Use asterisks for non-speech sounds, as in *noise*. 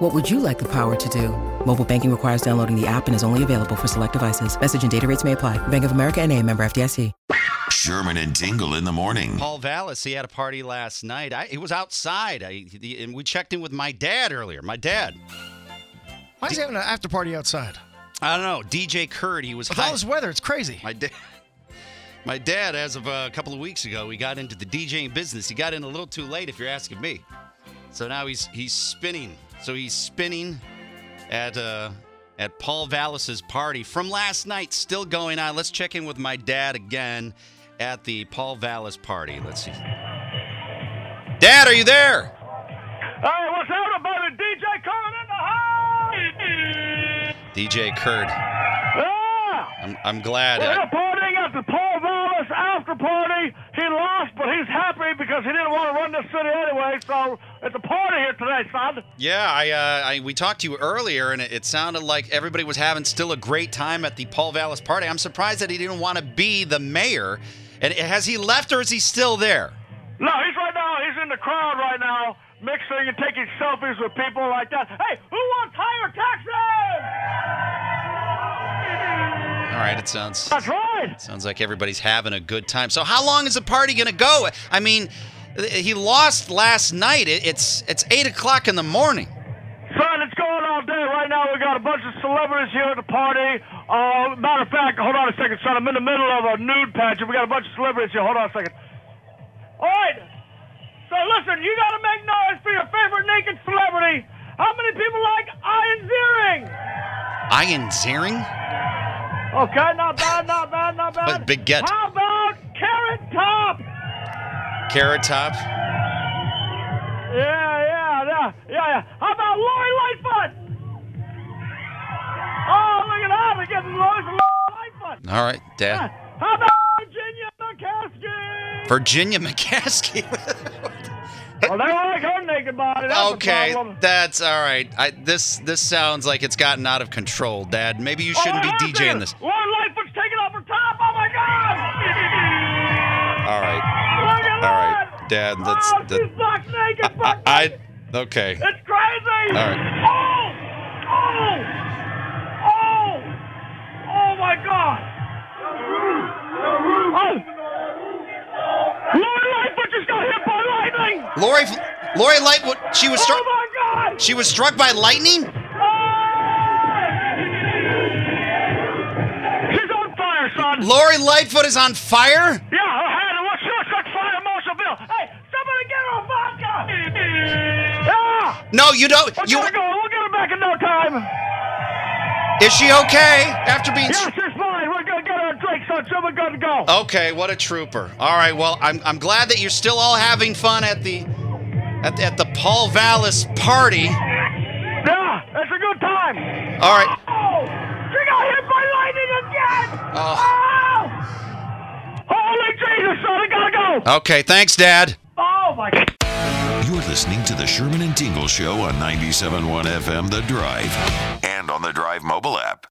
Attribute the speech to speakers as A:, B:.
A: What would you like the power to do? Mobile banking requires downloading the app and is only available for select devices. Message and data rates may apply. Bank of America and a member FDIC.
B: Sherman and Dingle in the morning.
C: Paul Vallis, he had a party last night. I, it was outside, I, the, and we checked in with my dad earlier. My dad,
D: Why is he having an after party outside?
C: I don't know, DJ Curd, he was
D: With all
C: high.
D: this weather, it's crazy.
C: my dad. My dad, as of uh, a couple of weeks ago, he got into the DJing business. He got in a little too late, if you're asking me. So now he's he's spinning. So he's spinning at uh, at Paul Vallis's party from last night, still going on. Let's check in with my dad again at the Paul Vallis party. Let's see. Dad, are you there?
E: Hey, what's up, buddy? DJ Khan in the house!
C: DJ Kurd.
E: Yeah!
C: I'm, I'm glad.
E: We're
C: I,
E: partying at the Paul Wallace after party. He lost, but he's happy because he didn't want to run this city anyway, so it's a party here today, son.
C: yeah, I, uh, I we talked to you earlier, and it, it sounded like everybody was having still a great time at the Paul Vallis party. I'm surprised that he didn't want to be the mayor. And has he left, or is he still there?
E: No, he's right now, he's in the crowd right now, mixing and taking selfies with people like that. Hey, who wants higher taxes?
C: All right, it sounds
E: That's right.
C: sounds like everybody's having a good time. So how long is the party gonna go? I mean, he lost last night. It, it's it's eight o'clock in the morning.
E: Son, it's going all day right now. We got a bunch of celebrities here at the party. Uh, matter of fact, hold on a second, son. I'm in the middle of a nude pageant. We got a bunch of celebrities here. Hold on a second. All right. So listen, you got to make noise for your favorite naked celebrity. How many people like Ian Ziering?
C: Ian Ziering.
E: Okay, not bad, not bad, not bad.
C: But big get.
E: How about Carrot Top?
C: Carrot Top.
E: Yeah, yeah, yeah, yeah, yeah. How about Lori Lightfoot? Oh, look at that. We're getting Lori Lightfoot.
C: All right, Dad.
E: How about Virginia McCaskey?
C: Virginia *laughs* McCaskey.
E: Well, they don't like her naked body. That's
C: okay,
E: a problem.
C: that's all right. I, this this sounds like it's gotten out of control, Dad. Maybe you shouldn't be
E: Oh, look
C: DJing
E: at
C: this.
E: Lori Lightfoot's taking off her top. Oh, my God.
C: All right,
E: Look at
C: all
E: that.
C: right, Dad. That's
E: oh,
C: that,
E: she's buck naked.
C: I,
E: buck
C: I okay.
E: It's crazy.
C: All
E: Oh, oh, oh, oh my God. Oh. Lori Lightfoot just got hit by lightning.
C: Lori Lori Lightwood. She was struck.
E: Oh my God.
C: She was struck by lightning.
E: Oh! She's on fire, son.
C: Lori Lightfoot is on fire.
E: Yeah, oh, her head. What? She looks like fire in Marshallville. Hey, somebody get her a vodka. Yeah.
C: No, you don't.
E: We
C: You
E: gotta go. We'll get her back in no time.
C: is she okay after being?
E: Yes, it's fine. We're gonna get her a drink, son. Someone gotta go.
C: Okay, what a trooper. All right, well, I'm, I'm glad that you're still all having fun at the at the, at the Paul Vallis party.
E: Yeah, it's a good time.
C: All right.
E: Oh, she got hit by lightning again.
C: Oh.
E: Holy Jesus, son, I gotta go.
C: Okay, thanks, Dad.
E: Oh my God.
B: You're listening to the Sherman and Dingle Show on 97.1 FM The Drive and on the Drive mobile app.